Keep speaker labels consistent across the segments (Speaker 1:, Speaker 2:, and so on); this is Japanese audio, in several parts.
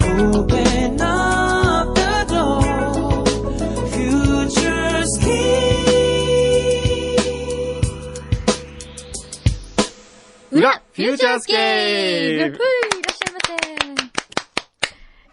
Speaker 1: Open up the door. Future's key.
Speaker 2: 裏
Speaker 3: フューチャースケープ
Speaker 2: ふういらっしゃいませ。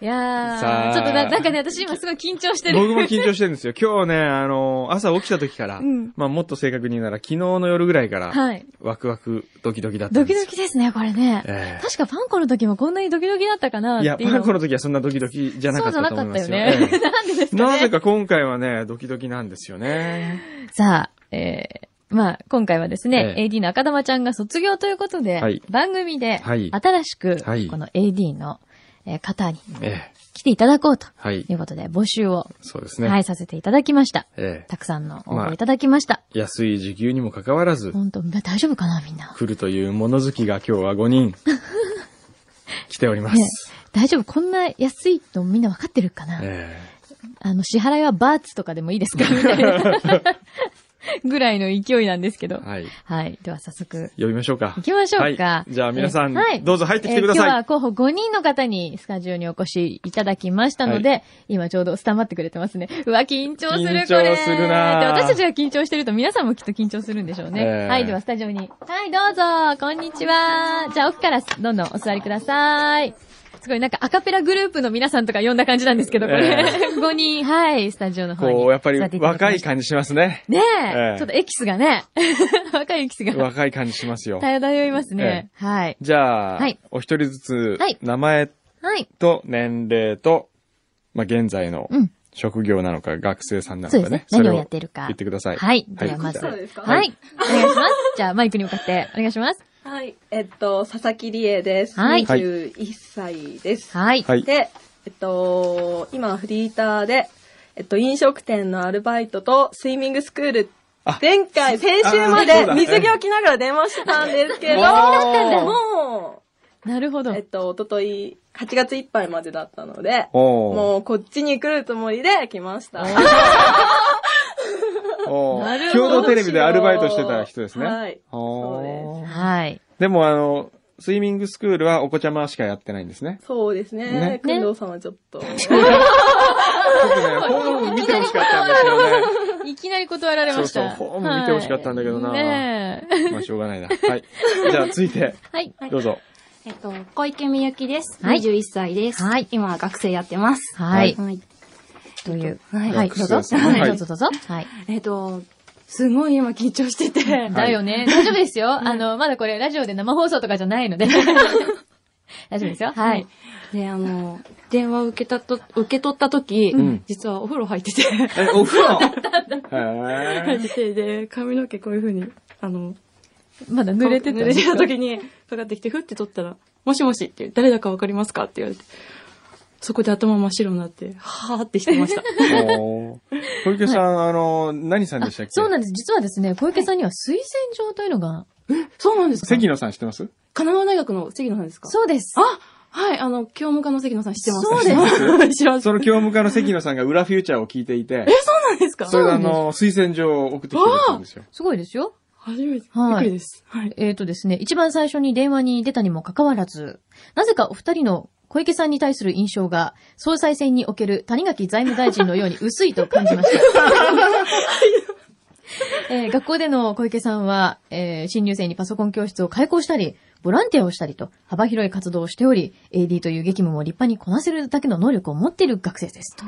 Speaker 2: いや
Speaker 3: さ
Speaker 2: ー、
Speaker 3: あ
Speaker 2: ちょっとななんかね、私今すごい緊張してる。
Speaker 3: 僕も緊張してるん ですよ。今日ね、あの朝起きた時から、
Speaker 2: うん
Speaker 3: まあもっと正確に言うなら、昨日の夜ぐらいから、
Speaker 2: はい。
Speaker 3: ワクワク、ドキドキだった
Speaker 2: ド
Speaker 3: んで
Speaker 2: キ
Speaker 3: すよ。
Speaker 2: ドキですね、これね。
Speaker 3: ええ
Speaker 2: 確かパンコの時もこんなにドキドキだったかなっ
Speaker 3: い
Speaker 2: てい
Speaker 3: や、
Speaker 2: う。
Speaker 3: パンコの時はそんなドキドキじゃなかったと思いますよ。
Speaker 2: そうじゃなかったよね
Speaker 3: ええ
Speaker 2: なんでですか
Speaker 3: なぜ
Speaker 2: ね。
Speaker 3: か今回はね、ドキドキなんですよね。
Speaker 2: さあ、えー、まあ、今回はですね、
Speaker 3: え
Speaker 2: AD の赤玉ちゃんが卒業ということで、
Speaker 3: はい
Speaker 2: 番組で、
Speaker 3: はい
Speaker 2: 新しく、
Speaker 3: はい
Speaker 2: この AD のえー方に
Speaker 3: ええ
Speaker 2: 来ていただこうと
Speaker 3: はい
Speaker 2: い。うことで、募集を、
Speaker 3: そうですね。
Speaker 2: はい、させていただきました。
Speaker 3: ええ
Speaker 2: たくさんの応
Speaker 3: ま
Speaker 2: 募
Speaker 3: あ
Speaker 2: いただきました。
Speaker 3: 安い時給にもかかわらず、
Speaker 2: 本当みんな大丈夫かなみんな。
Speaker 3: 来るという物好きが今日は5人、 来ておりま
Speaker 2: ね
Speaker 3: す。
Speaker 2: 大丈夫こんな安いのみんなわかってるかな、
Speaker 3: え
Speaker 2: あの、支払いはバーツとかでもいいですかみたい な。ぐらいの勢いなんですけど。
Speaker 3: えはい。
Speaker 2: はい。では早速、
Speaker 3: 呼びましょうか。
Speaker 2: 行きましょうか。
Speaker 3: はいじゃあ皆さん
Speaker 2: えはい
Speaker 3: どうぞ入ってきてください
Speaker 2: え今日は候補5人の方にスタジオにお越しいただきましたので、今ちょうどスタンバってくれてますね。 うわ、緊張する、
Speaker 3: 緊張
Speaker 2: これ。
Speaker 3: するな
Speaker 2: で私たちが緊張してると皆さんもきっと緊張するんでしょうね。
Speaker 3: ええ
Speaker 2: はい。ではスタジオに。はい、どうぞ、こんにちは。じゃあ奥からどんどんお座りください。すごいなんかアカペラグループの皆さんとか呼んだ感じなんですけど、これ。5人、 はい、スタジオの方に。
Speaker 3: こう、やっぱり
Speaker 2: 座てただきま
Speaker 3: 若い
Speaker 2: した
Speaker 3: 感じしますね。
Speaker 2: ね
Speaker 3: え
Speaker 2: え
Speaker 3: え
Speaker 2: ちょっとエキスがね。 若いエキスが。
Speaker 3: 若い感じしますよ。
Speaker 2: 漂いますね。はい。
Speaker 3: じゃあ、
Speaker 2: はい
Speaker 3: お一人ずつ、
Speaker 2: はい
Speaker 3: 名前
Speaker 2: はい。
Speaker 3: と年齢と、まあ、現在の
Speaker 2: うん
Speaker 3: 職業なのか、学生さんな
Speaker 2: そう
Speaker 3: の
Speaker 2: で
Speaker 3: か
Speaker 2: す
Speaker 3: ねそれ
Speaker 2: ね。。何をやっているか。
Speaker 3: 言ってください。
Speaker 2: はい。ではまず。
Speaker 3: は
Speaker 2: はいい。お願いします。じゃあ、マイクに向かって、お願いします。
Speaker 4: はい。えっと、佐々木理恵です。
Speaker 2: はい
Speaker 4: 21歳です。
Speaker 2: はい。
Speaker 3: はい
Speaker 4: で、えっと、今はフリーターで、えっと、飲食店のアルバイトとスイミングスクール
Speaker 3: あ、
Speaker 4: 前回、先週ま
Speaker 3: あーそう
Speaker 4: で
Speaker 3: だ
Speaker 4: 水着を着ながら電話してたんですけど、
Speaker 3: もうそうだったんだ
Speaker 4: も
Speaker 2: なるほど
Speaker 4: う、えっ。と、おととい、8月いっぱいまでだったので、
Speaker 3: おー
Speaker 4: もうこっちに来るつもりで来ました。
Speaker 3: おー
Speaker 2: なるほど
Speaker 3: 共同テレビでアルバイトしてた人ですね。
Speaker 4: はい
Speaker 3: お
Speaker 4: そ
Speaker 3: ー
Speaker 2: はい。
Speaker 3: でも、あの、スイミングスクールはお子ちゃましかやってないんです ね。
Speaker 4: そうです
Speaker 3: ね
Speaker 4: ね。くんどうさんはちょっと。
Speaker 3: ちょっとね、ホーム見てほしかったんですよね。
Speaker 2: いきなり断られまし
Speaker 3: そ
Speaker 2: た。
Speaker 3: うそうホーム見て欲しかったんだけどな
Speaker 2: はいね え。
Speaker 3: まあ、しょうがないな。はい。じゃあ、続いて、
Speaker 2: はい。
Speaker 3: どうぞ。
Speaker 5: えっと、小池みゆきです。
Speaker 2: はい
Speaker 5: 21歳です。
Speaker 2: はい
Speaker 5: 今、学生やってます。
Speaker 2: はい。
Speaker 5: はい。
Speaker 2: という。
Speaker 5: はい
Speaker 2: はい。どう
Speaker 3: 学
Speaker 2: ぞ。
Speaker 3: 生さん
Speaker 2: は。
Speaker 3: はいい
Speaker 2: どうぞどうぞ。はい。
Speaker 5: えっと、すごい今緊張してて。
Speaker 2: だよね。大丈夫ですよ。あの、まだこれ、ラジオで生放送とかじゃないの で。大丈夫ですよ。はい。
Speaker 5: で、あの、電話を受けたと、受け取った時、
Speaker 3: ん
Speaker 5: 実はお風呂入ってて、
Speaker 3: え、お風 呂へ
Speaker 5: 入っ
Speaker 3: ー
Speaker 5: てて、で、髪の毛こういう風に、あの、
Speaker 2: まだ濡れてた。
Speaker 5: 濡れてた時に、かかってきて、ふって取ったら、もしもしって、誰だかわかりますかって言われて、そこで頭真っ白になって、はーってしてました。
Speaker 3: おー小池さん、あの、何さんでしたっけ
Speaker 2: そうなんです。実はですね、小池さんには推薦状というのが。
Speaker 5: そうなんですか
Speaker 3: 関
Speaker 5: 神
Speaker 3: 野さん知ってます
Speaker 5: 奈川大学の関野さんですか
Speaker 2: そうです。
Speaker 5: あはい、あの、教務課の関野さん知ってます。
Speaker 2: そう
Speaker 5: です。 知らん。
Speaker 3: その教務課の関野さんが裏フューチャーを聞いていて、
Speaker 5: そうなんですか
Speaker 3: それであの、推薦状を送ってきてくれたんですよ。
Speaker 2: すごいですよ。
Speaker 5: 初めて。
Speaker 2: はい
Speaker 5: びっくりです。はい。
Speaker 2: えっ、とですね、一番最初に電話に出たにもかかわらず、なぜかお二人の小池さんに対する印象が、総裁選における谷垣財務大臣のように薄いと感じま した。えー学校での小池さんは、えー新入生にパソコン教室を開講したり、ボランティアをしたりと、幅広い活動をしており、AD という激務も立派にこなせるだけの能力を持っている学生です。と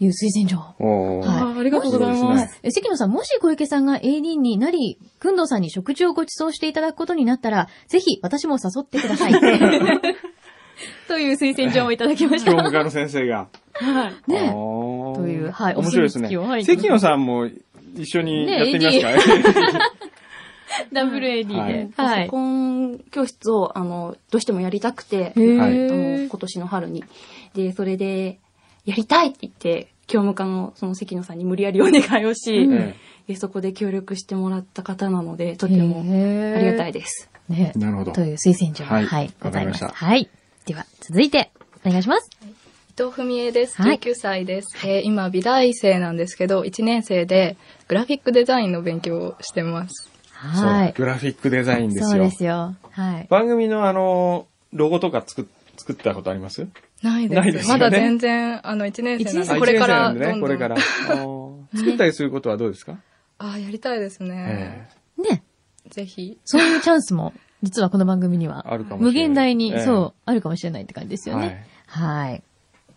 Speaker 2: いう推薦状を
Speaker 3: おー
Speaker 2: はい
Speaker 5: あありがとうござい
Speaker 3: そう
Speaker 5: ま
Speaker 3: です
Speaker 5: す。
Speaker 3: ね
Speaker 2: え関野さん、もし小池さんが AD になり、くんどうさんに食事をご馳走していただくことになったら、ぜひ私も誘ってくだ さい。という推薦状をいただきまし
Speaker 3: 教
Speaker 2: た。
Speaker 3: 務課の先生が。
Speaker 5: はい。
Speaker 2: ね
Speaker 3: おー
Speaker 2: というはい
Speaker 3: 面白いですね
Speaker 2: お墨付き
Speaker 3: 関
Speaker 2: をはい。
Speaker 3: 野さんも一緒にやってみますか
Speaker 2: ダブル AD
Speaker 3: は
Speaker 2: で
Speaker 3: い。
Speaker 5: パ
Speaker 2: は
Speaker 5: ソ
Speaker 2: い。
Speaker 5: コン教室を、あの、どうしてもやりたくて、
Speaker 2: へ
Speaker 3: はい
Speaker 5: あ
Speaker 2: ー
Speaker 5: の今年の春に。で、それで、やりたいって言って、教務課のその関野さんに無理やりお願い をし、
Speaker 2: うん
Speaker 3: え
Speaker 5: でそこで協力してもらった方なので、とても
Speaker 2: へ
Speaker 5: ありがた
Speaker 2: い。
Speaker 5: いです。
Speaker 2: ね
Speaker 3: え。なるほど
Speaker 2: と。いう推薦状が、は、
Speaker 3: はいい
Speaker 2: ございます。
Speaker 3: わかりまし
Speaker 2: はい。では、続いて、お願いします。
Speaker 6: 伊藤文江です。
Speaker 2: はい
Speaker 6: 19歳です。えー今、美大生なんですけど、1年生で、グラフィックデザインの勉強をしてます。
Speaker 2: は
Speaker 3: そう
Speaker 2: い。
Speaker 3: グラフィックデザインです
Speaker 2: そう
Speaker 3: よ
Speaker 2: で。すよ。はい。
Speaker 3: 番組のあの、ロゴとか作っ作ったことあります
Speaker 6: ないです。
Speaker 3: ないですよ
Speaker 6: ま
Speaker 3: ね
Speaker 6: だ全然、あの、1年生なん
Speaker 2: 一年
Speaker 6: で、
Speaker 2: 生
Speaker 6: これから
Speaker 3: あ一
Speaker 6: どん
Speaker 3: 年生なんでね、
Speaker 6: どん。
Speaker 3: これ から。あー作ったりすることはどうですか
Speaker 6: ああ、やりたいですね。
Speaker 3: ええ
Speaker 2: ね。
Speaker 6: ぜひ。
Speaker 2: そういうチャンスも、実はこの番組には、
Speaker 3: あるかもしれな
Speaker 2: 無
Speaker 3: い。
Speaker 2: 限大に、
Speaker 3: ええ
Speaker 2: そう、あるかもしれないって感じですよ
Speaker 3: は
Speaker 2: ね。
Speaker 3: い。
Speaker 2: はい。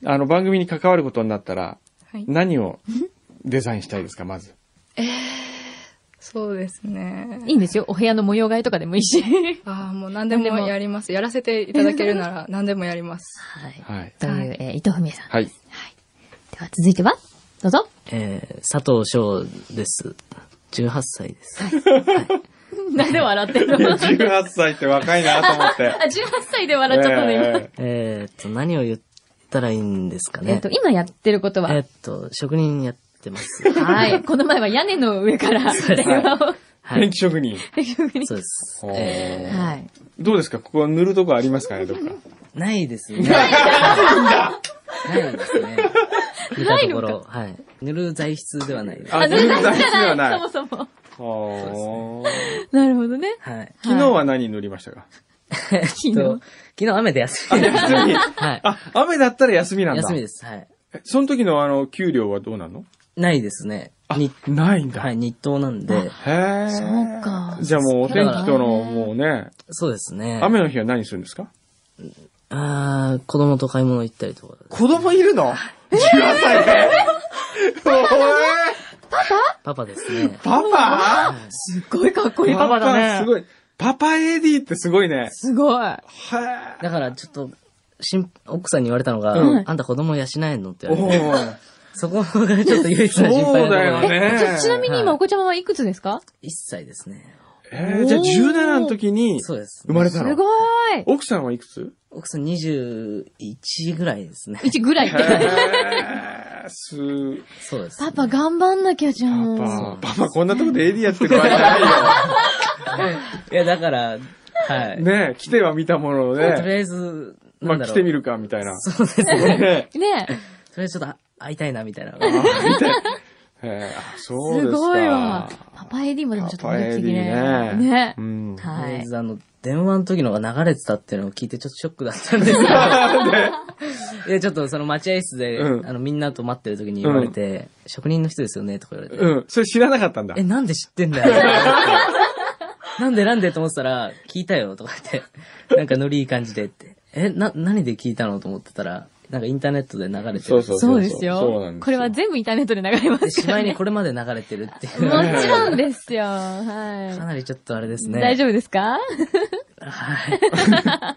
Speaker 3: あの、番組に関わることになったら、
Speaker 6: はい。
Speaker 3: 何をデザインしたいですか、まず。
Speaker 6: そうですね。
Speaker 2: いいんですよ。お部屋の模様替えとかでもいいし。
Speaker 6: ああ、もう何でも
Speaker 2: 何でも
Speaker 6: やります。やらせていただける なら何でもやります。
Speaker 2: はい。
Speaker 3: はい。
Speaker 2: という、えー伊藤文也さん。
Speaker 3: はい。
Speaker 2: では続いては、どう ぞ。
Speaker 7: えー、佐藤翔です。18歳です。
Speaker 2: 何で笑ってんの ?18
Speaker 3: 18歳って若いなと思って。
Speaker 2: 歳で笑っちゃったの、今。
Speaker 3: え
Speaker 7: えー、っと、何を言ったらいいんですか
Speaker 2: えっ
Speaker 7: ね
Speaker 2: と、。今やってること
Speaker 7: えー
Speaker 2: は
Speaker 7: っ、と、職人やってます。
Speaker 2: はい。この前は屋根の上から、電 話を。
Speaker 3: えペンキ職人。
Speaker 7: そうです。
Speaker 3: おー
Speaker 7: え
Speaker 2: はい。
Speaker 3: どうですかここは塗るとこありますかね、どっか。
Speaker 7: ー、ないですね。ないですね。見たところ、はい。塗る材質ではないです。
Speaker 3: あ、塗る材質ではない
Speaker 2: そ。もそも。
Speaker 3: おー
Speaker 2: なるほどね。
Speaker 7: はい。
Speaker 3: 昨日は何塗りましたか
Speaker 7: えーっと、昨日雨で休み。
Speaker 3: 休み
Speaker 7: はい。
Speaker 3: あ、雨だったら休みなんだ。
Speaker 7: 休みです。はい。
Speaker 3: えその時のあの、給料はどうなの
Speaker 7: ないですね。日、
Speaker 3: ないんだ。
Speaker 7: はい、日当なんで、
Speaker 3: へー。
Speaker 2: そうか
Speaker 3: じゃあもうお天気との、もうね、
Speaker 7: そうですね。
Speaker 3: 雨の日は何するんですか
Speaker 7: あー子供と買い物行ったりとか。
Speaker 3: 子供いるの ?18 歳でおえ
Speaker 7: パパですね。
Speaker 3: パパ
Speaker 2: すっごいかっこいい。
Speaker 3: パパだね。すごい。パパ AD ってすごいね。
Speaker 2: すごい。
Speaker 3: は
Speaker 7: だから、ちょっと、しん、奥さんに言われたのが、
Speaker 3: うん
Speaker 7: あんた子供養えんのって
Speaker 3: ー
Speaker 7: 言
Speaker 3: お
Speaker 7: われて、
Speaker 3: ー
Speaker 7: そこがちょっと唯一の心配
Speaker 3: そう
Speaker 7: なところ
Speaker 3: だよ
Speaker 7: で。
Speaker 3: ね。
Speaker 2: ちちなみに今
Speaker 7: はい
Speaker 2: お子ちゃまはいくつですか
Speaker 7: 一切ですね。
Speaker 3: えーじゃあ17の時に
Speaker 7: そうです。
Speaker 3: 生まれた
Speaker 2: す
Speaker 3: の。
Speaker 2: ごい。
Speaker 3: 奥さんはいくつ
Speaker 7: 奥さん21ぐらいですね。
Speaker 2: 1ぐらいって。
Speaker 3: えー、す
Speaker 7: そうです、
Speaker 2: パパ頑張んなきゃじゃん。
Speaker 3: パパ、パパこんなとこで AD やってる場合じゃないよ。
Speaker 7: いや、だから、はい。
Speaker 3: ねえ、来ては見たものを
Speaker 7: とり
Speaker 3: ね。
Speaker 7: あえず、
Speaker 3: ま
Speaker 7: な
Speaker 3: あ
Speaker 7: んだろ
Speaker 3: 来
Speaker 7: う。
Speaker 3: てみるか、みたいな。
Speaker 7: そうですね。
Speaker 3: ね
Speaker 2: ね
Speaker 7: とりあえずちょっと会いたいな、みたいな。
Speaker 3: あ見てえーあ
Speaker 2: え
Speaker 3: そうですすか。
Speaker 2: ごいわ。パパ AD もでもちょっと魅力的ね。ね
Speaker 3: う。ん。
Speaker 7: と
Speaker 2: は
Speaker 7: りあえ
Speaker 2: い。
Speaker 7: ず、あの、電話の時のが流れてたっていうのを聞いてちょっとショックだった んですけど。いや、ちょっとその待合室で、
Speaker 3: うん
Speaker 7: あの、みんなと待ってる時に言われて、職人の人ですよね、とか言われて。
Speaker 3: うん。それ知らなかったんだ。
Speaker 7: え、なんで知ってん だよ。なんでなんでと思ってたら、聞いたよ、とか言って。なんかノリいい感じでって。え、な、何で聞いたのと思ってたら、なんかインターネットで流れてる。
Speaker 3: そうそう
Speaker 2: そうで
Speaker 3: そ
Speaker 2: す
Speaker 3: うなん
Speaker 2: よ
Speaker 3: です。よ
Speaker 2: これは全部インターネットで流れま
Speaker 7: ですし
Speaker 2: か
Speaker 7: ま
Speaker 2: ら
Speaker 7: い
Speaker 2: ね。
Speaker 7: に
Speaker 2: も
Speaker 7: これまで流れてるっていう。
Speaker 2: ちろんですよ。
Speaker 7: か
Speaker 2: は
Speaker 7: なりちょっとあれです
Speaker 2: い。
Speaker 7: ね。
Speaker 2: 大丈夫ですか
Speaker 3: は。
Speaker 2: は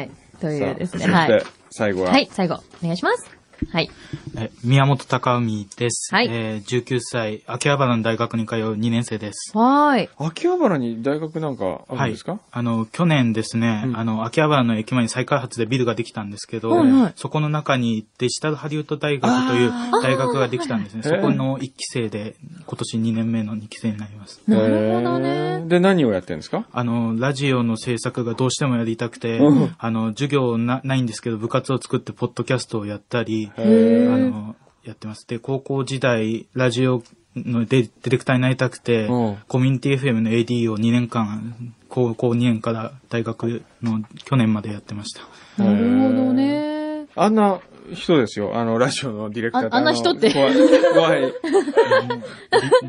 Speaker 2: いい。というですね。
Speaker 3: さあ
Speaker 2: は
Speaker 3: そ
Speaker 2: い
Speaker 3: して。最後は。
Speaker 2: はい、最後、お願いします。はい。
Speaker 8: え宮本隆文です。
Speaker 2: はい
Speaker 8: えー19歳、秋葉原の大学に通う2年生です。
Speaker 2: はーい。
Speaker 3: 秋葉原に大学なんかあるんですか、
Speaker 8: あの、去年ですね、
Speaker 3: うん
Speaker 8: あの、秋葉原の駅前に再開発でビルができたんですけど、
Speaker 2: はいはい
Speaker 8: そこの中にデジタルハリウッド大学という大学ができたんですね。
Speaker 3: あー
Speaker 8: そこの1期生で、今年2年目の2期生になります。
Speaker 2: なるほ
Speaker 3: え
Speaker 2: どね。
Speaker 3: ーで、何をやってるんですか
Speaker 8: あの、ラジオの制作がどうしてもやりたくて、
Speaker 3: うん
Speaker 8: あの、授業なないんですけど、部活を作ってポッドキャストをやったり、
Speaker 3: へー
Speaker 8: あの、やってます。で、高校時代、ラジオのデディレクターになりたくて
Speaker 3: うん、
Speaker 8: コミュニティ FM の AD を2年間、高校2年から大学の去年までやってました。
Speaker 2: なるほどね。
Speaker 3: あんな人ですよ。あの、ラジオのディレクター
Speaker 2: ああんな人って
Speaker 3: 怖い。怖い。
Speaker 8: り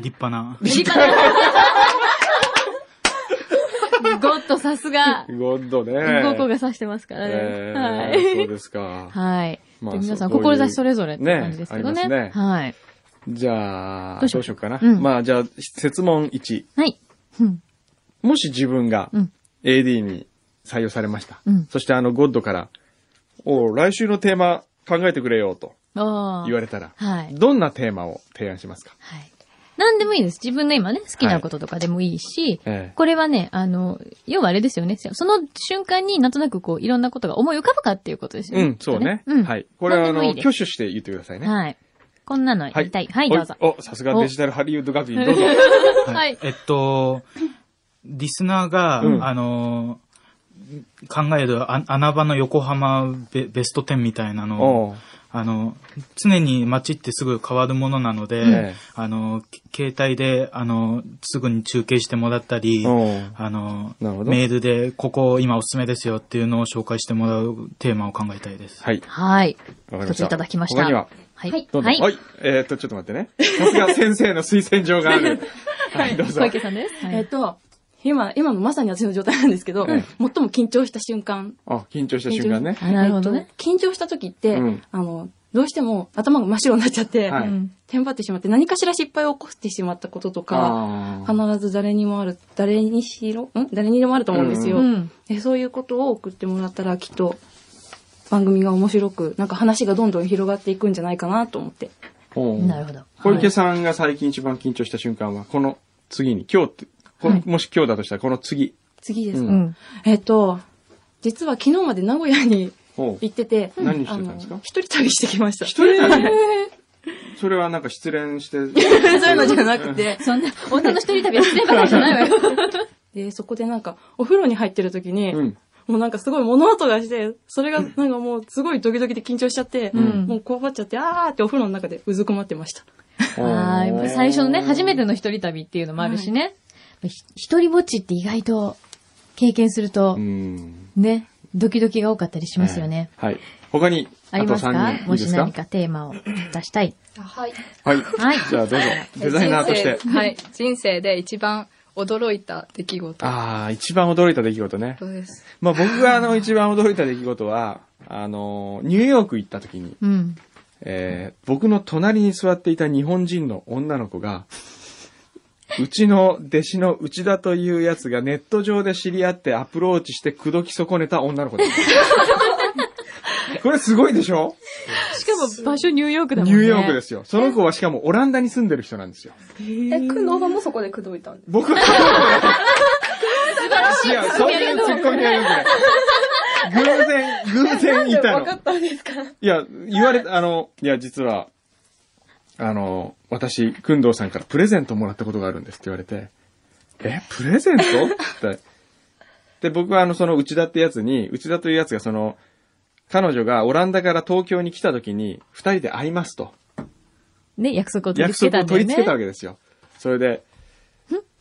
Speaker 8: 立派な。
Speaker 2: ゴッドさすが、
Speaker 3: ゴッドね。
Speaker 2: 高校が指してますから
Speaker 3: えー
Speaker 2: ね。はい。
Speaker 3: そうですか。
Speaker 2: はい。
Speaker 3: まあ
Speaker 2: で皆さん、
Speaker 3: そうこういう
Speaker 2: 志それぞれって感じですけどね。
Speaker 3: ねあります
Speaker 2: はい。
Speaker 3: じゃあ、ど
Speaker 2: どう
Speaker 3: う
Speaker 2: し
Speaker 3: し
Speaker 2: よう
Speaker 3: ようかな。
Speaker 2: うん
Speaker 3: まあ、じゃあ、説問1。
Speaker 2: はい。うん
Speaker 3: もし自分が
Speaker 2: うん
Speaker 3: AD に採用されました。
Speaker 2: うん
Speaker 3: そしてあの、ゴッドから、おう来週のテーマ考えてくれよと
Speaker 2: ああ。
Speaker 3: 言われたら、
Speaker 2: はい。
Speaker 3: どんなテーマを提案しますか
Speaker 2: はい。何でもいいです。自分の今ね、好きなこととかでもいいし、
Speaker 3: ええ
Speaker 2: これはね、あの、要はあれですよね。その瞬間になんとなくこう、いろんなことが思い浮かぶかっていうことですよ
Speaker 3: う
Speaker 2: ね。
Speaker 3: ん、そうね。
Speaker 2: うん。
Speaker 3: はい。これはあ
Speaker 2: 何でも
Speaker 3: の
Speaker 2: いいです
Speaker 3: 挙手して言ってくださいね。
Speaker 2: はい。こんなのやりたい。はい、どうぞ。
Speaker 3: お、おさすがデジタルハリウッド学 院、どうぞ。
Speaker 2: はい。
Speaker 8: えっと、リスナーが、
Speaker 3: うん
Speaker 8: あの、考えるあ穴場の横浜ベベスト10みたいなのを、
Speaker 3: おう
Speaker 8: あの、常に街ってすぐ変わるものなの
Speaker 3: え
Speaker 8: で、
Speaker 3: え
Speaker 8: あの、け携帯で、あの、すぐに中継してもらったり、
Speaker 3: うん
Speaker 8: あの、
Speaker 3: なるほど
Speaker 8: メールで、ここ今おすすめですよっていうのを紹介してもらうテーマを考えたいです。
Speaker 3: はい。
Speaker 2: はい。
Speaker 3: わかりま
Speaker 2: 一
Speaker 3: し
Speaker 2: つ
Speaker 3: た。
Speaker 2: いただきました。
Speaker 3: 他には
Speaker 2: はい。
Speaker 3: どうぞ。
Speaker 2: は
Speaker 3: はいい。。えーっと、ちょっと待ってね。さすが先生の推薦状がある。はい、どうぞ。
Speaker 2: 小池さんです。は
Speaker 5: えっ
Speaker 2: い。
Speaker 5: と、今、今のまさに私の状態なんですけど、
Speaker 3: ええ
Speaker 5: 最も緊張した瞬間。
Speaker 3: あ、緊張した瞬間ね。
Speaker 2: あなるほどね
Speaker 5: えっと。緊張した時って、
Speaker 3: うん
Speaker 5: あの、どうしても頭が真っ白になっちゃって、
Speaker 3: は
Speaker 2: う
Speaker 3: い
Speaker 2: ん
Speaker 5: テンパってしまって、何かしら失敗を起こしてしまったこととか、
Speaker 3: あー
Speaker 5: 必ず誰にもある、誰にしろ、ん誰にでもあると思うんですよ、
Speaker 2: うん。
Speaker 5: で。そういうことを送ってもらったら、きっと、番組が面白く、なんか話がどんどん広がっていくんじゃないかなと思って。
Speaker 3: おう
Speaker 2: なるほど。
Speaker 3: 小池さんが最近一番緊張した瞬間は、この次に、今日って、こ
Speaker 2: はい
Speaker 3: もし今日だとしたら、この次。
Speaker 5: 次ですか、
Speaker 2: うん。
Speaker 5: えっと、実は昨日まで名古屋に
Speaker 3: おう
Speaker 5: 行ってて、
Speaker 3: 何してたんですか
Speaker 5: あの一人旅してきました。
Speaker 3: 一人 なのそれはなんか失恋して。
Speaker 5: そういうのじゃなくて。
Speaker 2: そんな、女の一人旅は失礼ばかりじゃないわよ。
Speaker 5: で、そこでなんか、お風呂に入ってる時に、
Speaker 3: うん。
Speaker 5: もうなんかすごい物音がして、それがなんかもうすごいドキドキで緊張しちゃって、
Speaker 2: ん
Speaker 5: もうこうばっちゃって、あーってお風呂の中でうずくまってました。
Speaker 2: はい。やっぱ最初のね、初めての一人旅っていうのもあるしね。ひ一人ぼっちって意外と経験すると
Speaker 3: う、ん。
Speaker 2: ね、ドキドキが多かったりしますよね。
Speaker 3: はい。他に、
Speaker 2: あ
Speaker 3: あ
Speaker 2: り
Speaker 3: と
Speaker 2: ますか
Speaker 3: 3人。い
Speaker 2: も
Speaker 3: いで
Speaker 2: し
Speaker 3: すか
Speaker 2: 何かテーマを出したい。
Speaker 6: はい。
Speaker 3: はい。
Speaker 2: はい。
Speaker 3: じゃあどうぞ、デザイナーとして
Speaker 6: 人。生はい。人生で一番驚いた出来事。
Speaker 3: ああ、一番驚いた出来事ね。
Speaker 6: そうです。
Speaker 3: まあ僕があの一番驚いた出来事は、あの、ニューヨーク行った時に、
Speaker 2: うん。
Speaker 3: えー僕の隣に座っていた日本人の女の子が、うちの弟子の内田というやつがネット上で知り合ってアプローチして口説き損ねた女の 子です。これすごいでしょ
Speaker 2: しかも場所ニューヨークだもん
Speaker 3: ニュ
Speaker 2: ね。
Speaker 3: ーヨークですよ。その子はしかもオランダに住んでる人なんですよ。
Speaker 4: え、くんのさんもそこで口説いたんです。
Speaker 3: 僕はそうだよ。違う、そういうツッコミはよくない。偶然、偶然いた
Speaker 4: わ
Speaker 3: の
Speaker 4: か。ったんですか
Speaker 3: いや、言われた、あの、いや、実は、あの、私、くんどうさんからプレゼントもらったことがあるんですって言われて、え、プレゼントって。で、僕はあの、その内田ってやつに、内田というやつがその、彼女がオランダから東京に来た時に、二人で会いますと。
Speaker 2: ね、約束を取り
Speaker 3: 約
Speaker 2: 付け
Speaker 3: 束
Speaker 2: た
Speaker 3: を
Speaker 2: んだよ
Speaker 3: 取り
Speaker 2: ね。
Speaker 3: 付けたわけですよ。それで、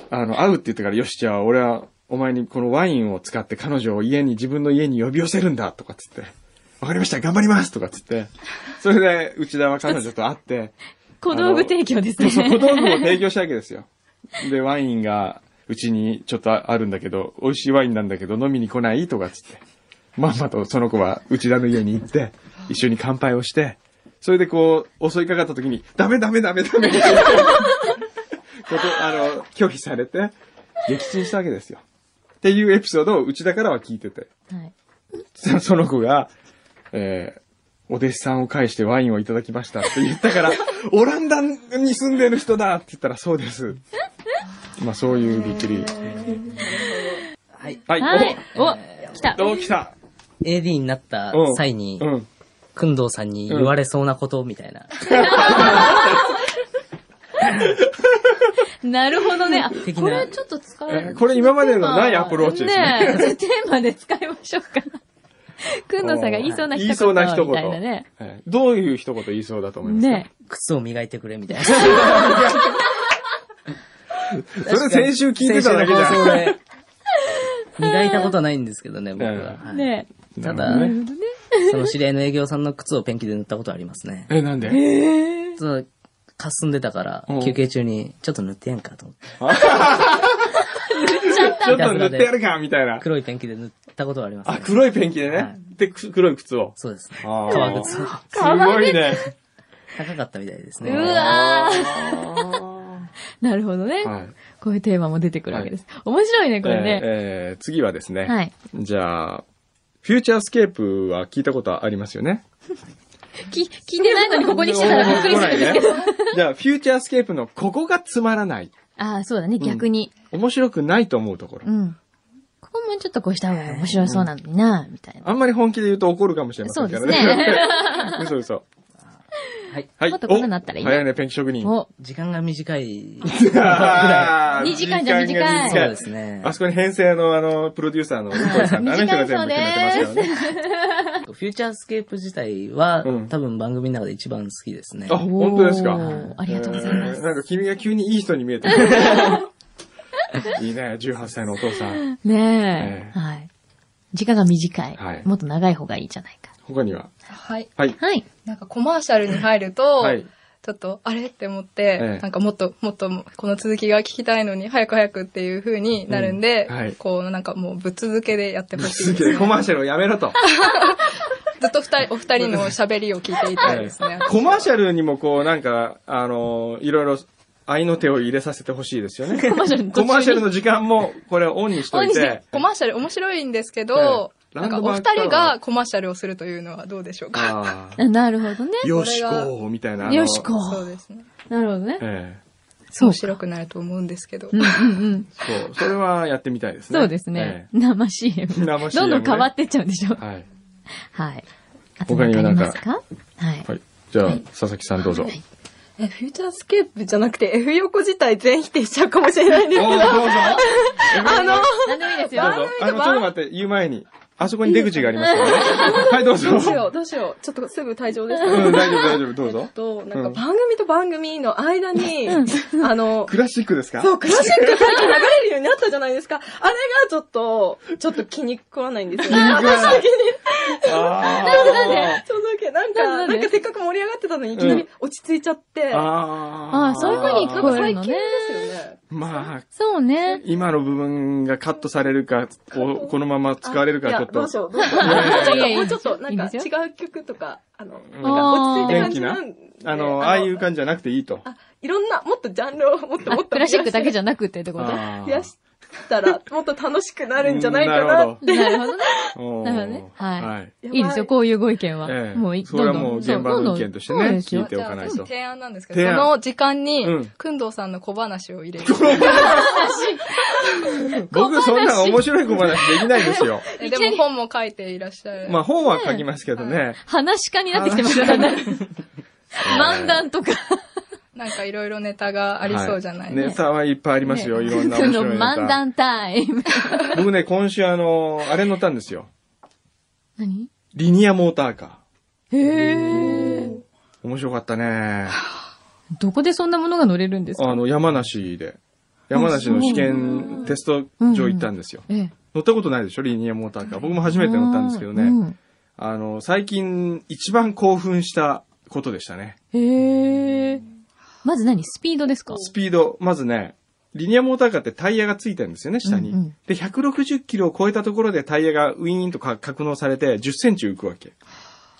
Speaker 3: あの、会うって言ってから、よし、じゃあ俺はお前にこのワインを使って彼女を家に、自分の家に呼び寄せるんだとかっつって、わかりました、頑張りますとかっつって、それで内田は彼女と会って、
Speaker 2: 小道具提供ですね。
Speaker 3: そう小道具を提供したわけですよ。で、ワインがうちにちょっとあるんだけど、美味しいワインなんだけど飲みに来ないとかっつって。まんまとその子は内田の家に行って、一緒に乾杯をして、それでこう、襲いかかった時に、ダメダメダメダメって言ってこと、あの、拒否されて、撃沈したわけですよ。っていうエピソードを内田からは聞いてて。
Speaker 2: はい。
Speaker 3: そ その子が、えーお弟子さんを介してワインをいただきましたって言ったから、 オランダに住んでる人だって言ったらそうです。 まあそういうびっくり。
Speaker 7: はい。
Speaker 3: はい、
Speaker 2: はい。お、来た。
Speaker 3: お、どう来た
Speaker 7: AD になった
Speaker 3: うん
Speaker 7: 際に
Speaker 3: う、ん。
Speaker 7: くんどうさんに言われそうなことみたいな。
Speaker 2: なるほどね。あ、
Speaker 7: 的な
Speaker 2: これちょっと使え
Speaker 3: え
Speaker 2: る。
Speaker 3: これ今までのないアプローチですね。
Speaker 2: ねえテ ーマで使いましょうか。くんのさんが言いそうな一言。
Speaker 3: 言いそうな一言
Speaker 2: みたいなね。
Speaker 3: えーどういう一言言いそうだと思いますか
Speaker 2: ね
Speaker 7: 靴を磨いてくれみたいな。
Speaker 3: それ先週 聞いてただけじ
Speaker 7: 先週の
Speaker 3: ゃ
Speaker 7: 放送
Speaker 3: ん。
Speaker 7: で磨いたことないんですけどね、僕は。
Speaker 2: え。
Speaker 7: はい
Speaker 2: ね
Speaker 7: た
Speaker 3: なるほど
Speaker 7: だ
Speaker 3: ね、
Speaker 7: その知り合いの営業さんの靴をペンキで塗ったことありますね。
Speaker 3: え、なんで
Speaker 7: ちょっと、かすんでたから
Speaker 3: うん、
Speaker 7: 休憩中に、ちょっと塗ってやんかと思って。
Speaker 3: ちょっと塗ってやるかみたいな。
Speaker 7: 黒いペンキで塗ったことはあります
Speaker 3: あ、
Speaker 7: ね。
Speaker 3: 黒いペンキで
Speaker 7: は
Speaker 3: ね
Speaker 7: い。
Speaker 3: で、く黒い靴を。
Speaker 7: そうですね。
Speaker 3: あー
Speaker 7: 革靴。
Speaker 3: すごいね。
Speaker 7: 高かったみたいです
Speaker 2: え。う
Speaker 7: ね。
Speaker 2: わー。 なるほどね。
Speaker 3: はい
Speaker 2: こういうテーマも出てくるわけです。面白いね、これ
Speaker 3: えー
Speaker 2: ね。
Speaker 3: えー次はですね。
Speaker 2: はい。
Speaker 3: じゃあ、フューチャースケープは聞いたことありますよね。
Speaker 2: き、聞いてないのにここに来てたらびっくりする んですけど。
Speaker 3: おー来ないねじゃあ、フューチャースケープのここがつまらない。
Speaker 2: ああ、そうだね、逆に。
Speaker 3: 面白くないと思うところ
Speaker 2: う。ん。ここもちょっとこうした方が面白そうなのにな、みたいな。
Speaker 3: あんまり本気で言うと怒るかもしれませ
Speaker 2: そ
Speaker 3: ん
Speaker 2: うで
Speaker 3: か
Speaker 2: す
Speaker 3: らね。
Speaker 2: ね。
Speaker 3: 嘘嘘。
Speaker 7: はい。
Speaker 3: はい。
Speaker 2: もっとこんなのあったらいい
Speaker 3: お早いね、ペンキ職人。
Speaker 2: お、
Speaker 7: 時間が短い。
Speaker 3: あー
Speaker 2: 二時間じゃ短い
Speaker 3: 時間が
Speaker 7: そうですね。
Speaker 3: あそこに編成のあの、プロデューサーの小井さん、 あの人が全部決めてますからね。
Speaker 7: フューチャースケープ自体は、
Speaker 3: うん
Speaker 7: 多分番組の中で一番好きですね。
Speaker 3: あ、本当ですか。
Speaker 2: おーありがとうございます。
Speaker 3: えーなんか君が急にいい人に見え てる。いいね、18歳のお父さ ん。
Speaker 2: ねえ。はい。時間が短い
Speaker 3: はい。
Speaker 2: もっと長い方がいいじゃないか。
Speaker 3: 他には。
Speaker 6: はい。
Speaker 3: はい。
Speaker 2: はい。
Speaker 6: なんかコマーシャルに入ると、
Speaker 3: はい。
Speaker 6: ちょっと、あれって思っ
Speaker 3: ええ
Speaker 6: て、なんかもっと、もっと、この続きが聞きたいのに、早く早くっていう風になるんで
Speaker 3: うんはい、
Speaker 6: こう、なんかもうぶっ続けでやってほしい
Speaker 3: 続
Speaker 6: で
Speaker 3: け
Speaker 6: す
Speaker 3: て
Speaker 6: ね。
Speaker 3: コマーシャルをやめろと。
Speaker 6: ずっと二人、お二人の喋りを聞いていたいです ね。
Speaker 3: コマーシャルにもこう、なんか、あのーいろいろ、愛の手を入れさせてほしいですよね。コマーシャルの時間も、これオンにしといて。
Speaker 6: コマーシャル面白いんですけ
Speaker 3: え
Speaker 6: ど、
Speaker 3: え
Speaker 6: なんかお二人がコマーシャルをするというのはどうでしょう
Speaker 3: あ
Speaker 6: か。
Speaker 3: あ。
Speaker 2: なるほどね。
Speaker 3: よしこう、みたいな。あの
Speaker 2: よし。こ
Speaker 6: そ
Speaker 2: う。
Speaker 6: うですね。
Speaker 2: なるほどね。
Speaker 3: ええ
Speaker 2: そう
Speaker 6: 面
Speaker 2: か。
Speaker 6: 白くなると思うんですけど。
Speaker 2: うんうんうん。
Speaker 3: そう。それはやってみたいですね。
Speaker 2: そうですね。
Speaker 3: え
Speaker 2: 生
Speaker 3: 生
Speaker 2: CM。
Speaker 3: CM ね
Speaker 2: どんどん変わってっちゃうんでしょ
Speaker 3: え。はい。
Speaker 2: はい。あと
Speaker 3: 他には
Speaker 2: 何かあ
Speaker 3: な
Speaker 2: り
Speaker 3: んか
Speaker 2: ますかはい。
Speaker 3: はい。じゃあ、佐々木さんどうぞ。
Speaker 2: はい
Speaker 4: え、フューチャースケープじゃなくて F 横自体全否定しちゃうかもしれないんですけ
Speaker 3: お
Speaker 4: ど、
Speaker 3: ーどうぞ。
Speaker 4: あの、
Speaker 2: 何でもいいですよ
Speaker 3: ど。うぞ。あの、ちょっと待って、言う前に。あそこに出口がありますからね。はい、どうぞ。
Speaker 4: どうしよう、どうしよう。ちょっとすぐ退場ですけ
Speaker 3: う
Speaker 4: ど。
Speaker 3: ん、大丈夫、大丈夫、どうぞ。
Speaker 4: と、なんか番組と番組の間に、あの、
Speaker 3: クラシックですか
Speaker 4: そう、クラシック最近流れるようになったじゃないですか。あれがちょっと、ちょっと気に食わないんですよね。私的に。
Speaker 3: あ
Speaker 4: ちょっとだけ、なん
Speaker 2: な
Speaker 4: か、
Speaker 2: んで
Speaker 4: なんかせっかく盛り上がってたのにいきなり落ち着いちゃって。
Speaker 3: ーあ
Speaker 2: ああ、そういう風に聞こえるのね。
Speaker 4: ですよね。
Speaker 3: まあ、
Speaker 2: そうね。
Speaker 3: 今の部分がカットされるか、ここのまま使われるか、ちょっ
Speaker 4: いやどう
Speaker 3: と
Speaker 4: し。よう、どうしよう。もうちょっと、
Speaker 2: い
Speaker 4: ないんか
Speaker 2: です
Speaker 4: 違
Speaker 2: よ
Speaker 4: う曲とか、あの、
Speaker 3: うん
Speaker 4: 落ち着いた感じな
Speaker 3: 元
Speaker 4: んで。
Speaker 3: あの、ああいう感じじゃなくていいと。
Speaker 4: あ、いろんな、もっとジャンルをもっと
Speaker 2: あ
Speaker 4: もっと
Speaker 2: クラシックだけ
Speaker 4: じ
Speaker 2: じゃなくてってことな
Speaker 3: あー
Speaker 4: 増やしたら、もっと楽しくなるんじゃないか
Speaker 3: うん
Speaker 4: な
Speaker 3: る
Speaker 4: って。
Speaker 2: るほどね。
Speaker 3: ほど
Speaker 2: なるほどねはい
Speaker 3: はい。
Speaker 2: いいですよ、こういうご意見は。
Speaker 3: ええ
Speaker 2: もうい、
Speaker 3: それはもう
Speaker 2: どんどん
Speaker 3: 現場の意見としてね
Speaker 2: そうですよ
Speaker 3: 聞いておかないと
Speaker 6: じゃあ提案なんですけ
Speaker 3: 提
Speaker 6: ど、
Speaker 3: 案
Speaker 6: この時間に
Speaker 3: うん、
Speaker 6: くんどうさんの小話を入れる。
Speaker 3: 僕そんな面白い小話できないで すよ。
Speaker 6: えでも本も書いていらっしゃる。
Speaker 3: まあ本は書きますけどね。
Speaker 2: 話し家になってきてますからね。漫談とか。
Speaker 6: なんかいろいろネタがありそうじゃない
Speaker 3: はい
Speaker 6: で
Speaker 3: ネ
Speaker 6: すか。
Speaker 3: タはいっぱいありますよ。いろんな面白いネタ。
Speaker 2: 漫談タイム。
Speaker 3: 僕ね、今週あの、あれ乗ったんですよ。
Speaker 2: 何
Speaker 3: リニアモーターカ
Speaker 2: へえ。
Speaker 3: ー。面白かったね。
Speaker 2: どこでそんなものが乗れるんですか
Speaker 3: あの、山梨で。山梨の試験テスト場行ったんですよ。
Speaker 2: ええ。
Speaker 3: 乗ったことないでしょリニアモーターカー。僕も初めて乗ったんですけど
Speaker 2: う
Speaker 3: ね。
Speaker 2: ん。
Speaker 3: あの、最近一番興奮したことでしたね。
Speaker 2: へえ。まず何スピードですか
Speaker 3: スピード。まずね、リニアモーターカーってタイヤがついてるんですよね、下に。
Speaker 2: うんうん
Speaker 3: で、160キロを超えたところでタイヤがウィーンとか格納されて10センチ浮くわけ。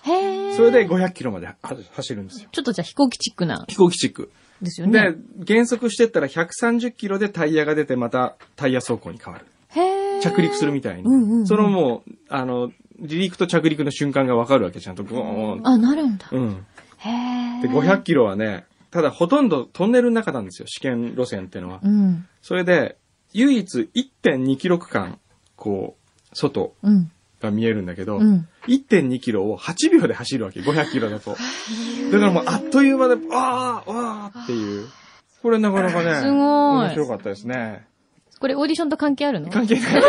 Speaker 2: へえ。
Speaker 3: それで500キロまでは走るんですよ。
Speaker 2: ちょっとじゃあ飛行機チックな、
Speaker 3: 飛行機チック。
Speaker 2: ですよね
Speaker 3: で。、減速してったら130キロでタイヤが出てまたタイヤ走行に変わる。
Speaker 2: へえ。
Speaker 3: 着陸するみたいに。
Speaker 2: うんうんうん
Speaker 3: そのもう、あの、離陸と着陸の瞬間がわかるわけ、ちゃんと。ゴーン。
Speaker 2: あ、なるんだ。
Speaker 3: うん。
Speaker 2: へえ。
Speaker 3: で、500キロはね、ただほとんどトンネルの中なんですよ、試験路線ってのは
Speaker 2: う。ん。
Speaker 3: それで、唯一1.2キロ区間、こう、外
Speaker 2: うん。
Speaker 3: が見えるんだけど、
Speaker 2: うん。
Speaker 3: 1.2キロを8秒で走るわけ、500キロだと。だからもうあっという間で、わー、わーっていう。これなかなかね、
Speaker 2: すごい
Speaker 3: 面白かったですね。
Speaker 2: これオーディションと関係あるの
Speaker 3: 関係ない。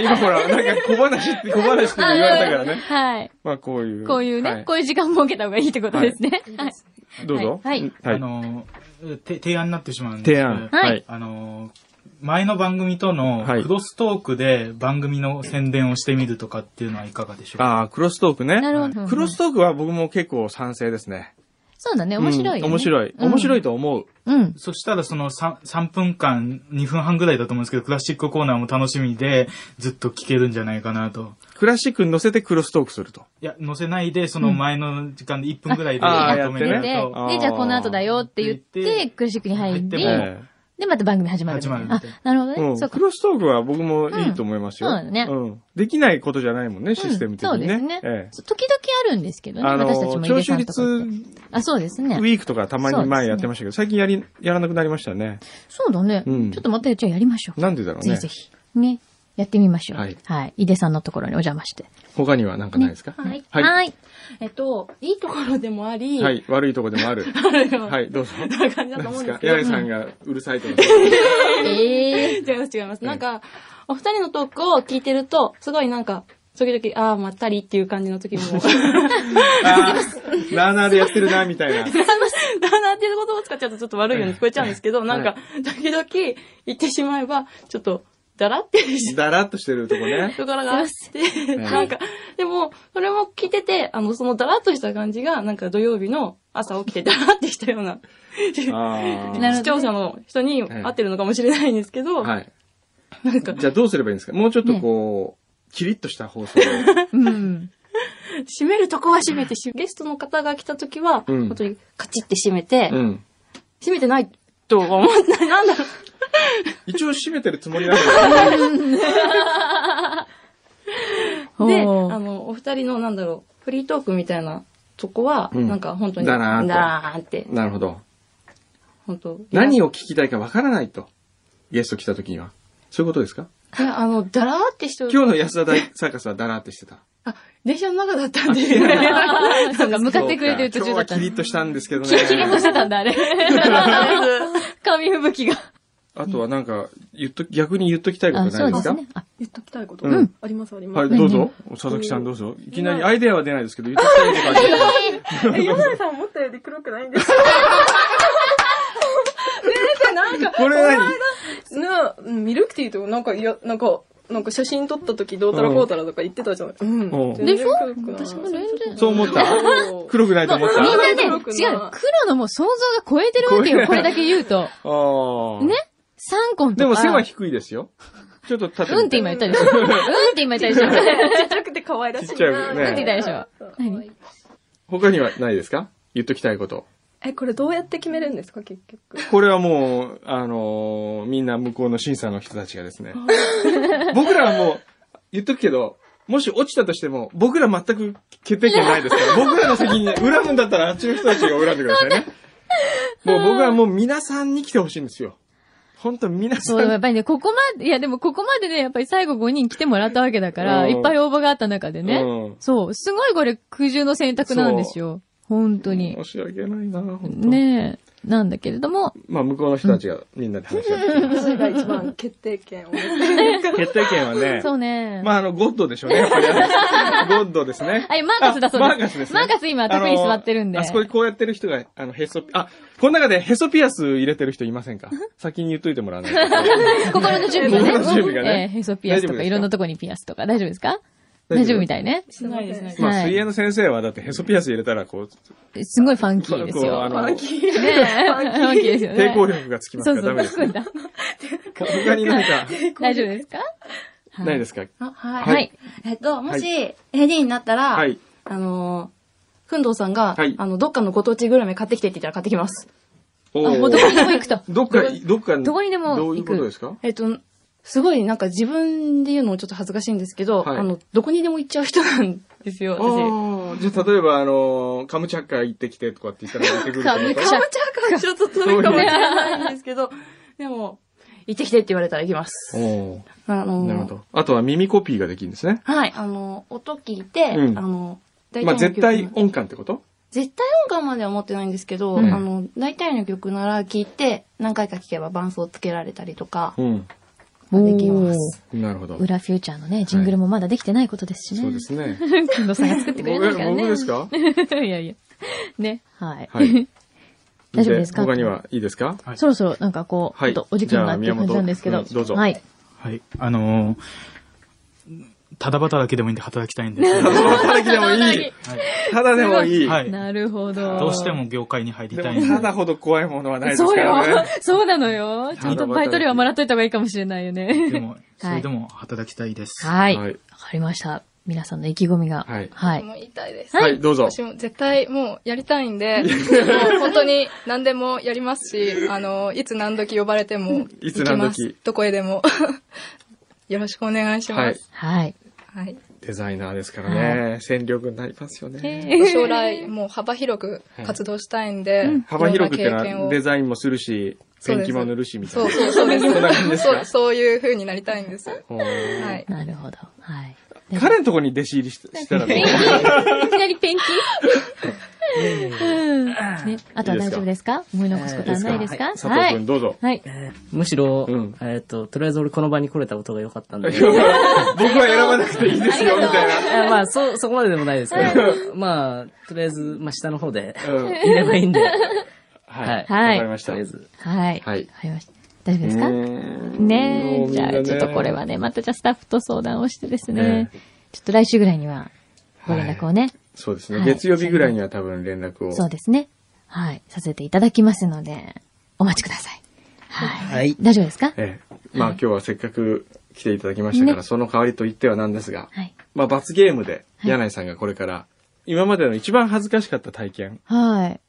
Speaker 3: いや、今ほら、なんか小話 って、小話って言われたからね。
Speaker 2: はい。
Speaker 3: まあ、こういう。
Speaker 2: こういう
Speaker 3: は
Speaker 2: ね、
Speaker 3: い
Speaker 2: こういう時間設けた方がいいってことですね。はい。
Speaker 3: どうぞ。
Speaker 2: はいはい
Speaker 8: あの、て提案になってしまうんで
Speaker 3: 提
Speaker 8: すけど
Speaker 3: 案。
Speaker 2: はい
Speaker 8: あの、前の番組との
Speaker 3: はい
Speaker 8: クロストークで番組の宣伝をしてみるとかっていうのはいかがでしょうか
Speaker 3: ああ、クロストークね。
Speaker 2: なるほど。
Speaker 3: クロストークは僕も結構賛成ですね。
Speaker 2: そうだね、面白いよ
Speaker 3: う
Speaker 2: ね。
Speaker 3: ん面白い。面白いと思う。
Speaker 2: うん。
Speaker 8: そしたらその 3, 3分間、2分半ぐらいだと思うんですけど、クラシックコーナーも楽しみで、ずっと聞けるんじゃないかなと。
Speaker 3: クラシックに乗せてクロストークすると。
Speaker 8: いや、載せないで、その前の時間で1分ぐらいで
Speaker 3: あ
Speaker 8: ま
Speaker 3: ー
Speaker 8: と
Speaker 3: うん
Speaker 8: め
Speaker 2: 出て、
Speaker 8: る
Speaker 3: やってね
Speaker 8: と、
Speaker 3: あー
Speaker 2: で、じゃあこの後だよって言っ、
Speaker 8: 言ってて
Speaker 2: クラシックに入
Speaker 8: で
Speaker 2: り、
Speaker 8: も
Speaker 2: で、また番組始まるみたいな。
Speaker 8: 始まるみたいな
Speaker 2: あ、なるほど
Speaker 3: う
Speaker 2: ね。
Speaker 3: ん、
Speaker 2: そうか
Speaker 3: ク。ロストークは僕もいいと思いますよ。
Speaker 2: うんそうだね
Speaker 3: んできないことじゃないもんね、システム的
Speaker 2: うん
Speaker 3: にね。
Speaker 2: そうですね。
Speaker 3: ええ
Speaker 2: 時々あるんですけどね、
Speaker 3: あの
Speaker 2: 私たちも入
Speaker 3: 聴
Speaker 2: れ
Speaker 3: 取
Speaker 2: さんと
Speaker 3: 率
Speaker 2: かって。あ、そうですね
Speaker 3: ウ。ィークとかたまに前やってましたけど、最近やり、やらなくなりましたね。
Speaker 2: そうだね。
Speaker 3: うん
Speaker 2: ちょっとまたじゃあやりましょう。
Speaker 3: なんでだろう
Speaker 2: ぜ
Speaker 3: ね。
Speaker 2: ひぜひ。ね。やってみましょう。は
Speaker 3: はいい。
Speaker 2: 井出さんのところにお邪魔して。
Speaker 3: 他には何かないですか、
Speaker 5: はい
Speaker 3: はい
Speaker 2: はい。
Speaker 5: えっと、いいところでもあり、
Speaker 3: はい悪いとこでもあ る。
Speaker 5: は。
Speaker 3: はいい、どうぞ。
Speaker 5: な感じだと
Speaker 3: 何で
Speaker 5: 思うん
Speaker 3: す
Speaker 5: です
Speaker 3: か
Speaker 5: けど。
Speaker 3: 八重さんがうるさいとか。
Speaker 2: ええ
Speaker 5: 違います、違います。なんか、お二人のトークを聞いてると、すごいなんか、時々、ああ、まったりっていう感じの時も、
Speaker 3: あーなあなあでやってるな、みたいな。
Speaker 5: だなっていう言葉を使っちゃうとちょっと悪いように聞こえちゃうんですけど、なんか
Speaker 3: は、
Speaker 5: 時々言ってしまえば、ちょっと、だらってし
Speaker 3: だらっとしてるとこ ね。
Speaker 5: ところがあって、
Speaker 3: ません
Speaker 5: なんか、でも、それも聞いてて、あの、そのだらっとした感じが、なんか土曜日の朝起きてだらってしたような、
Speaker 3: あ
Speaker 2: なるほどね
Speaker 5: 視聴者の人に合ってるのかもしれないんですけ
Speaker 3: あ。
Speaker 5: ど、
Speaker 3: はい。
Speaker 5: なんか、
Speaker 3: じゃあどうすればいいんですかもうちょっとこう、キリッとした放送 を。
Speaker 2: うん。
Speaker 5: 閉めるとこは閉めてし、ゲストの方が来た時は、
Speaker 3: うん
Speaker 5: 本当にカチッて閉めて、
Speaker 3: うん。
Speaker 5: 閉めてないとは思った。なんだろう。
Speaker 3: 一応締めてるつもりなんだけど。
Speaker 5: で、あ
Speaker 2: ほう
Speaker 5: の、お二人の、なんだろう、フリートークみたいなとこは、
Speaker 3: うん
Speaker 5: なんか本当に、
Speaker 3: だらーんと
Speaker 5: だーんって、
Speaker 3: なるほど。
Speaker 5: 本当
Speaker 3: 何
Speaker 5: を
Speaker 3: を聞きたいかわからないと。ゲスト来た時には。そういうことですか
Speaker 5: あの、だらーって人、
Speaker 3: 今日の安田大サーカスはだらーってしてた。
Speaker 5: あ、電車の中だったんで、な ん
Speaker 2: そうか、向
Speaker 5: か
Speaker 2: かってくれてる途中だっ
Speaker 3: 今日
Speaker 2: た
Speaker 3: はキ
Speaker 2: ね
Speaker 3: リッとしたんですけどね。
Speaker 2: キリッとしてたんだ、あれ。紙吹雪が。
Speaker 3: あとはなんか、言っと、逆に言っときたいこと
Speaker 2: あ、
Speaker 3: な
Speaker 2: そ
Speaker 3: いうで
Speaker 2: です
Speaker 3: か
Speaker 2: すね。あ、
Speaker 4: 言っときたいこと、
Speaker 3: うん
Speaker 4: ありますあります。
Speaker 3: はい、どうぞ。佐々木さんどうぞ。いきなりアイデアは出ないですけど、言っときたいことあります
Speaker 4: え、ヨナさん思ったより黒くないんです よ。ねえ、なんか、
Speaker 3: これ何
Speaker 4: な、うんミルクティーとか、なんか、いや、なんか、なんか写真撮った時どうたらこうたらとか言ってたじゃない。うん。
Speaker 3: うん
Speaker 4: 全然
Speaker 2: でしょ
Speaker 4: 黒くない
Speaker 2: 私も全然
Speaker 3: そう思った
Speaker 4: そう
Speaker 3: 黒くないと思った
Speaker 4: まあ
Speaker 2: みん
Speaker 4: ま
Speaker 2: な
Speaker 4: あ
Speaker 2: ね、違
Speaker 4: 黒
Speaker 2: う
Speaker 4: くない、
Speaker 2: 黒のもう想像が超えてるわけよ、
Speaker 3: 超
Speaker 2: こ
Speaker 3: え
Speaker 2: れ
Speaker 3: てる
Speaker 2: だけ言うと。
Speaker 3: あー
Speaker 2: ね3コンとか。
Speaker 3: でも背は低いですよ。ちょっと立てて
Speaker 2: うんって今言ったでしょ。うんって今言った でしょ。うん
Speaker 4: ちっちゃくて可愛らしい
Speaker 3: ちっちゃいね
Speaker 2: って言ったでしょ。何
Speaker 3: 他にはないですか言っときたいこと。
Speaker 4: え、これどうやって決めるんですか、結局。
Speaker 3: これはもう、あのーみんな向こうの審査の人たちがですね。僕らはもう、言っとくけど、もし落ちたとしても、僕ら全く決定権ないですから、僕らの責任、恨むんだったらあっちの人たちが恨んでくださいね。もう僕はもう皆さんに来てほしいんですよ。本当皆さん
Speaker 2: そう、
Speaker 3: に。
Speaker 2: やっぱりね、ここまで、いやでもここまでね、やっぱり最後5人来てもらったわけだから、
Speaker 3: うん
Speaker 2: いっぱい応募があった中でね。
Speaker 3: うん
Speaker 2: そう、すごいこれ苦渋の選択なんですよ。本当に
Speaker 3: 申。し訳ないな本当
Speaker 2: ねえ。なんだけれども、
Speaker 3: まあ向こうの人たちがみんなで話し合って。
Speaker 4: 私が一番決定権を持って。
Speaker 3: 決定権はね、
Speaker 2: そうね。
Speaker 3: まああの、ゴッドでしょうね、やっ ぱり。ゴッドですね。
Speaker 2: はい、マーカスだそうです。
Speaker 3: あマーカスですね
Speaker 2: マーカス今、
Speaker 3: あの
Speaker 2: 卓に座ってるんで。
Speaker 3: あそこでこうやってる人が、あの、へそ、あ、この中でへそピアス入れてる人いま せんか先に言っといてもらわないと。
Speaker 2: 心の準備
Speaker 3: 心
Speaker 2: がね。
Speaker 3: の準備がね
Speaker 2: ええヘソピアスと
Speaker 3: 大丈夫です
Speaker 2: か、
Speaker 3: か
Speaker 2: いろんなとこにピアスとか、大丈夫ですか
Speaker 3: 大丈夫
Speaker 2: 大丈夫みたいね。
Speaker 5: しないですね。
Speaker 3: まあ、
Speaker 2: はい
Speaker 3: 水泳の先生はだってへそピアス入れたら、こう、
Speaker 2: すごいファンキーです
Speaker 3: こう、あ
Speaker 2: よ。
Speaker 3: の、抵
Speaker 2: ねえ、ファンキーですよね。
Speaker 3: 抗力がつきます
Speaker 2: そ
Speaker 3: か
Speaker 2: う
Speaker 3: ら
Speaker 2: そ
Speaker 3: ダ
Speaker 2: う、
Speaker 3: メです
Speaker 2: そう
Speaker 3: ね。
Speaker 2: だ。
Speaker 3: 他に何か、
Speaker 2: 大丈夫ですか
Speaker 3: ないですか
Speaker 5: あはい。
Speaker 2: はい。
Speaker 5: えっと、もし
Speaker 3: は、
Speaker 5: AD になったら、
Speaker 3: はい。
Speaker 5: あのー、くんどうさんが、
Speaker 3: はい
Speaker 5: あの、どっかのご当地グルメ買ってきてって言ったら買ってきます。
Speaker 3: お
Speaker 2: あ、もうどこにでも行くと。
Speaker 3: どっか、どっか、
Speaker 2: どこにでも行く
Speaker 3: どういうことですか
Speaker 5: えっと、すごいなんか自分で言うのもちょっと恥ずかしいんですけど、
Speaker 3: はい
Speaker 5: あの、どこにでも行っちゃう人なんですよ、
Speaker 3: あ
Speaker 5: 私。
Speaker 3: ーじゃあ、例えば、あの、カムチャッカ行ってきてとかって言ったら行ってくる
Speaker 2: カム
Speaker 3: って
Speaker 2: チャ
Speaker 3: こ
Speaker 2: ッ
Speaker 3: と
Speaker 2: カ。
Speaker 5: ちょっとちょっと遠いかもしれないんですけど、でも、行ってきてって言われたら行きます。
Speaker 3: お
Speaker 5: あの
Speaker 3: ー
Speaker 5: ー
Speaker 3: なるほど。あとは耳コピーができるんですね。
Speaker 5: はい、あの、音聞いて、
Speaker 3: うん
Speaker 5: あの、大
Speaker 3: まあ、
Speaker 5: 体の
Speaker 3: 絶
Speaker 5: 曲、
Speaker 3: 対音感ってこと
Speaker 5: 絶対音感までは思ってないんですけど、
Speaker 2: うん
Speaker 5: あの、大体の曲なら聞いて、何回か聞けば伴奏つけられたりとか、
Speaker 3: うん。
Speaker 5: できます。
Speaker 3: なるほど。
Speaker 2: 裏フューチャーのね、ジングルもまだできてないことですしね。
Speaker 3: そうですね。
Speaker 2: 近藤さんが作ってくれないからね。
Speaker 3: 僕僕ですか
Speaker 2: いやいや。ね、はい。
Speaker 3: はい。
Speaker 2: 大丈夫ですか
Speaker 3: 他にはいいですか
Speaker 8: はい
Speaker 2: そろそろなんかこう、
Speaker 3: はい
Speaker 2: ちょっとお時間があって
Speaker 3: じゃあ
Speaker 2: 感じなんですけど。
Speaker 3: 宮本君どうぞ
Speaker 2: はい。
Speaker 8: はい。あのー、ただ働きでもいいんで働きたいんですけど、は
Speaker 3: 働きでもい い。ただでもいい。
Speaker 8: い。
Speaker 2: なるほど。
Speaker 8: どうして。も業界に入り
Speaker 3: で
Speaker 8: た
Speaker 3: も
Speaker 8: いん
Speaker 3: た
Speaker 8: で。
Speaker 3: だほど怖いものはないです
Speaker 2: そう
Speaker 3: か
Speaker 2: よ
Speaker 3: らね。。
Speaker 2: そうなのよ。ちょっとバイト料はもらっといた方がいいかもしれないよ
Speaker 8: で
Speaker 2: ね。
Speaker 8: も、それでも働きたいです。
Speaker 2: はい。わ
Speaker 3: はい
Speaker 2: かりました。皆さんの意気込みが。
Speaker 3: はい
Speaker 2: はい。
Speaker 6: もう言いたいです。
Speaker 3: はい、どうぞ。
Speaker 6: 私も絶対もうやりたいんで、もう本当に何でもやりますし、あの、いつ何時呼ばれても
Speaker 3: い
Speaker 6: 行
Speaker 3: つ
Speaker 6: き
Speaker 3: 何
Speaker 6: ま
Speaker 3: 時
Speaker 6: す。どこへでも。 よろしくお願いし
Speaker 3: は
Speaker 6: ま
Speaker 3: い
Speaker 6: す。。
Speaker 2: はい。
Speaker 6: はい。
Speaker 3: デザイナーですからね。戦力になりますよね。
Speaker 6: 将来もう幅広く活動したいんで、
Speaker 3: 幅広くって
Speaker 6: いろんな経験
Speaker 3: のは
Speaker 6: を
Speaker 3: デザインもするし、
Speaker 6: そ
Speaker 3: ペ
Speaker 6: う
Speaker 3: ン
Speaker 6: です
Speaker 3: キも塗るし、みたい
Speaker 6: そう
Speaker 3: な。
Speaker 6: そうそうで。
Speaker 3: そんな感じですすか
Speaker 6: そう、そういう風になりたいんです。は
Speaker 3: ほー
Speaker 6: い。
Speaker 2: なるほど。はい。
Speaker 3: 彼のところに弟子入りししたらどう
Speaker 2: ペンキいきなりペンキうんね、あとは大丈夫ですか思い残すことはないですか
Speaker 3: 佐藤
Speaker 2: は
Speaker 3: 君
Speaker 2: い。
Speaker 3: どう ぞ。
Speaker 2: はい。
Speaker 7: むしろ、
Speaker 3: うん
Speaker 7: えっと、とりあえず俺この場に来れたことが良 かったんで。
Speaker 3: 僕は選ばなくていいですよ、みたいな。
Speaker 7: いやまあ、そう、そこまででもないですけど、まあ、とりあえず、まあ、下の方で、
Speaker 3: うん
Speaker 7: いればいいんで。
Speaker 3: はい。
Speaker 2: はい
Speaker 3: わかりました。
Speaker 7: とりあえず。
Speaker 2: はい。
Speaker 3: は
Speaker 2: はいい。わかりました。大丈夫ですか
Speaker 3: ね
Speaker 2: ねえ、じゃあ、ちょっとこれはね、またじゃあスタッフと相談をしてですね
Speaker 3: ね、
Speaker 2: ちょっと来週ぐらいにはご連絡をね、
Speaker 3: そうですね、
Speaker 2: はい
Speaker 3: 月曜日ぐらいには多分連絡を。
Speaker 2: そうですね、はい、させていただきますので、お待ちください。はい。
Speaker 7: はい。
Speaker 2: 大丈夫ですか
Speaker 3: ええ。まあ今日はせっかく来ていただきましたから、
Speaker 2: ね
Speaker 3: その代わりと言ってはなんですが、
Speaker 2: はい。
Speaker 3: まあ罰ゲームで、
Speaker 2: はい
Speaker 3: 柳井さんがこれから、今までの一番恥ずかしかった体験
Speaker 2: はい。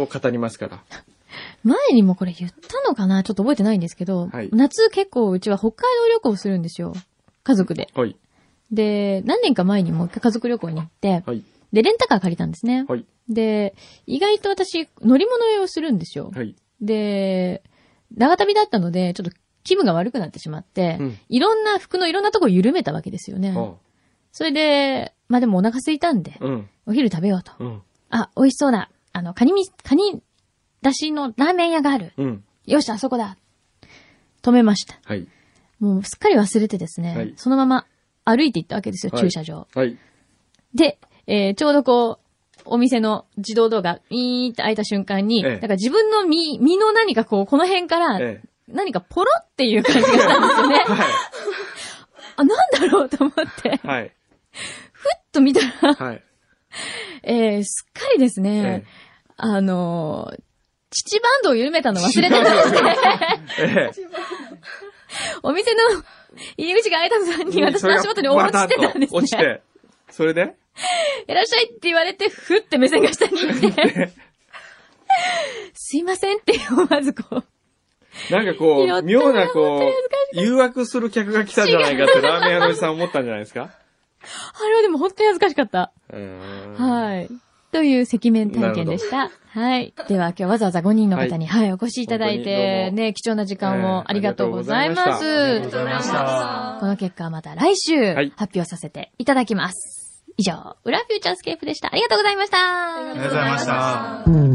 Speaker 3: を語りますから。
Speaker 2: 前にもこれ言ったのかなちょっと覚えてないんですけど、
Speaker 3: はい
Speaker 2: 夏結構うちは北海道旅行をするんですよ。家族で。
Speaker 3: はい。
Speaker 2: で、何年か前にもう一回家族旅行に行って、
Speaker 3: はい。
Speaker 2: で、レンタカー借りたんですね。
Speaker 3: はい。
Speaker 2: で、意外と私、乗り物酔いをするんですよ。
Speaker 3: はい。
Speaker 2: で、長旅だったので、ちょっと気分が悪くなってしまって、
Speaker 3: うん
Speaker 2: いろんな服のいろんなとこを緩めたわけですよね。
Speaker 3: あ
Speaker 2: それで、まあでもお腹空いたんで、
Speaker 3: あうん。
Speaker 2: お昼食べようと。
Speaker 3: うん。
Speaker 2: あ、美味しそうだ。あの、カニみ、カニだしのラーメン屋がある。
Speaker 3: うん。
Speaker 2: よし、あそこだ。止めました。
Speaker 3: はい。
Speaker 2: もうすっかり忘れてですね、
Speaker 3: はい
Speaker 2: そのまま歩いて行ったわけですよ、
Speaker 3: はい
Speaker 2: 駐車場。
Speaker 3: はい。
Speaker 2: で、えーちょうどこう、お店の自動動画、ミーって開いた瞬間に、
Speaker 3: ええ
Speaker 2: なんか自分の身、身の何かこう、この辺から、
Speaker 3: ええ。
Speaker 2: 何かポロっていう感じがしたんですよね。
Speaker 3: は
Speaker 2: あ、なんだろうと思って、
Speaker 3: い。はい。
Speaker 2: と見たら、
Speaker 3: はい。
Speaker 2: えー、すっかりですね
Speaker 3: え、
Speaker 2: あのー、父バンドを緩めたの忘れてたので、
Speaker 3: え
Speaker 2: お店の入り口が開いた途端に
Speaker 3: え。
Speaker 2: 私の足元に落ちてたんですね。
Speaker 3: 落ちて。それで
Speaker 2: いらっしゃいって言われて、ふって目線が下に行って、すいませんって思わずこう、
Speaker 3: なんかこ
Speaker 2: 拾っ
Speaker 3: う、
Speaker 2: た
Speaker 3: 妙なこう、誘惑する客が来たんじゃないかってラーメン屋のおじさん思ったんじゃないですか
Speaker 2: あれはでも本当に恥ずかしかった。
Speaker 3: は
Speaker 2: はい。という赤面体験でした。はい。では今日わざわざ5人の方に、はい、お越しいただい
Speaker 3: 本当にど
Speaker 2: て、
Speaker 3: うも
Speaker 2: ね、貴重な時間
Speaker 3: ええ
Speaker 2: をありがとうございま
Speaker 3: あり
Speaker 2: す。
Speaker 3: がとうご
Speaker 2: こ
Speaker 3: ざいました
Speaker 2: の結果はまた来週
Speaker 3: はい
Speaker 2: 発表させていただきます。以上、裏フューチャースケープでした。ありがとうございました。
Speaker 8: ありがとうございました。
Speaker 2: 「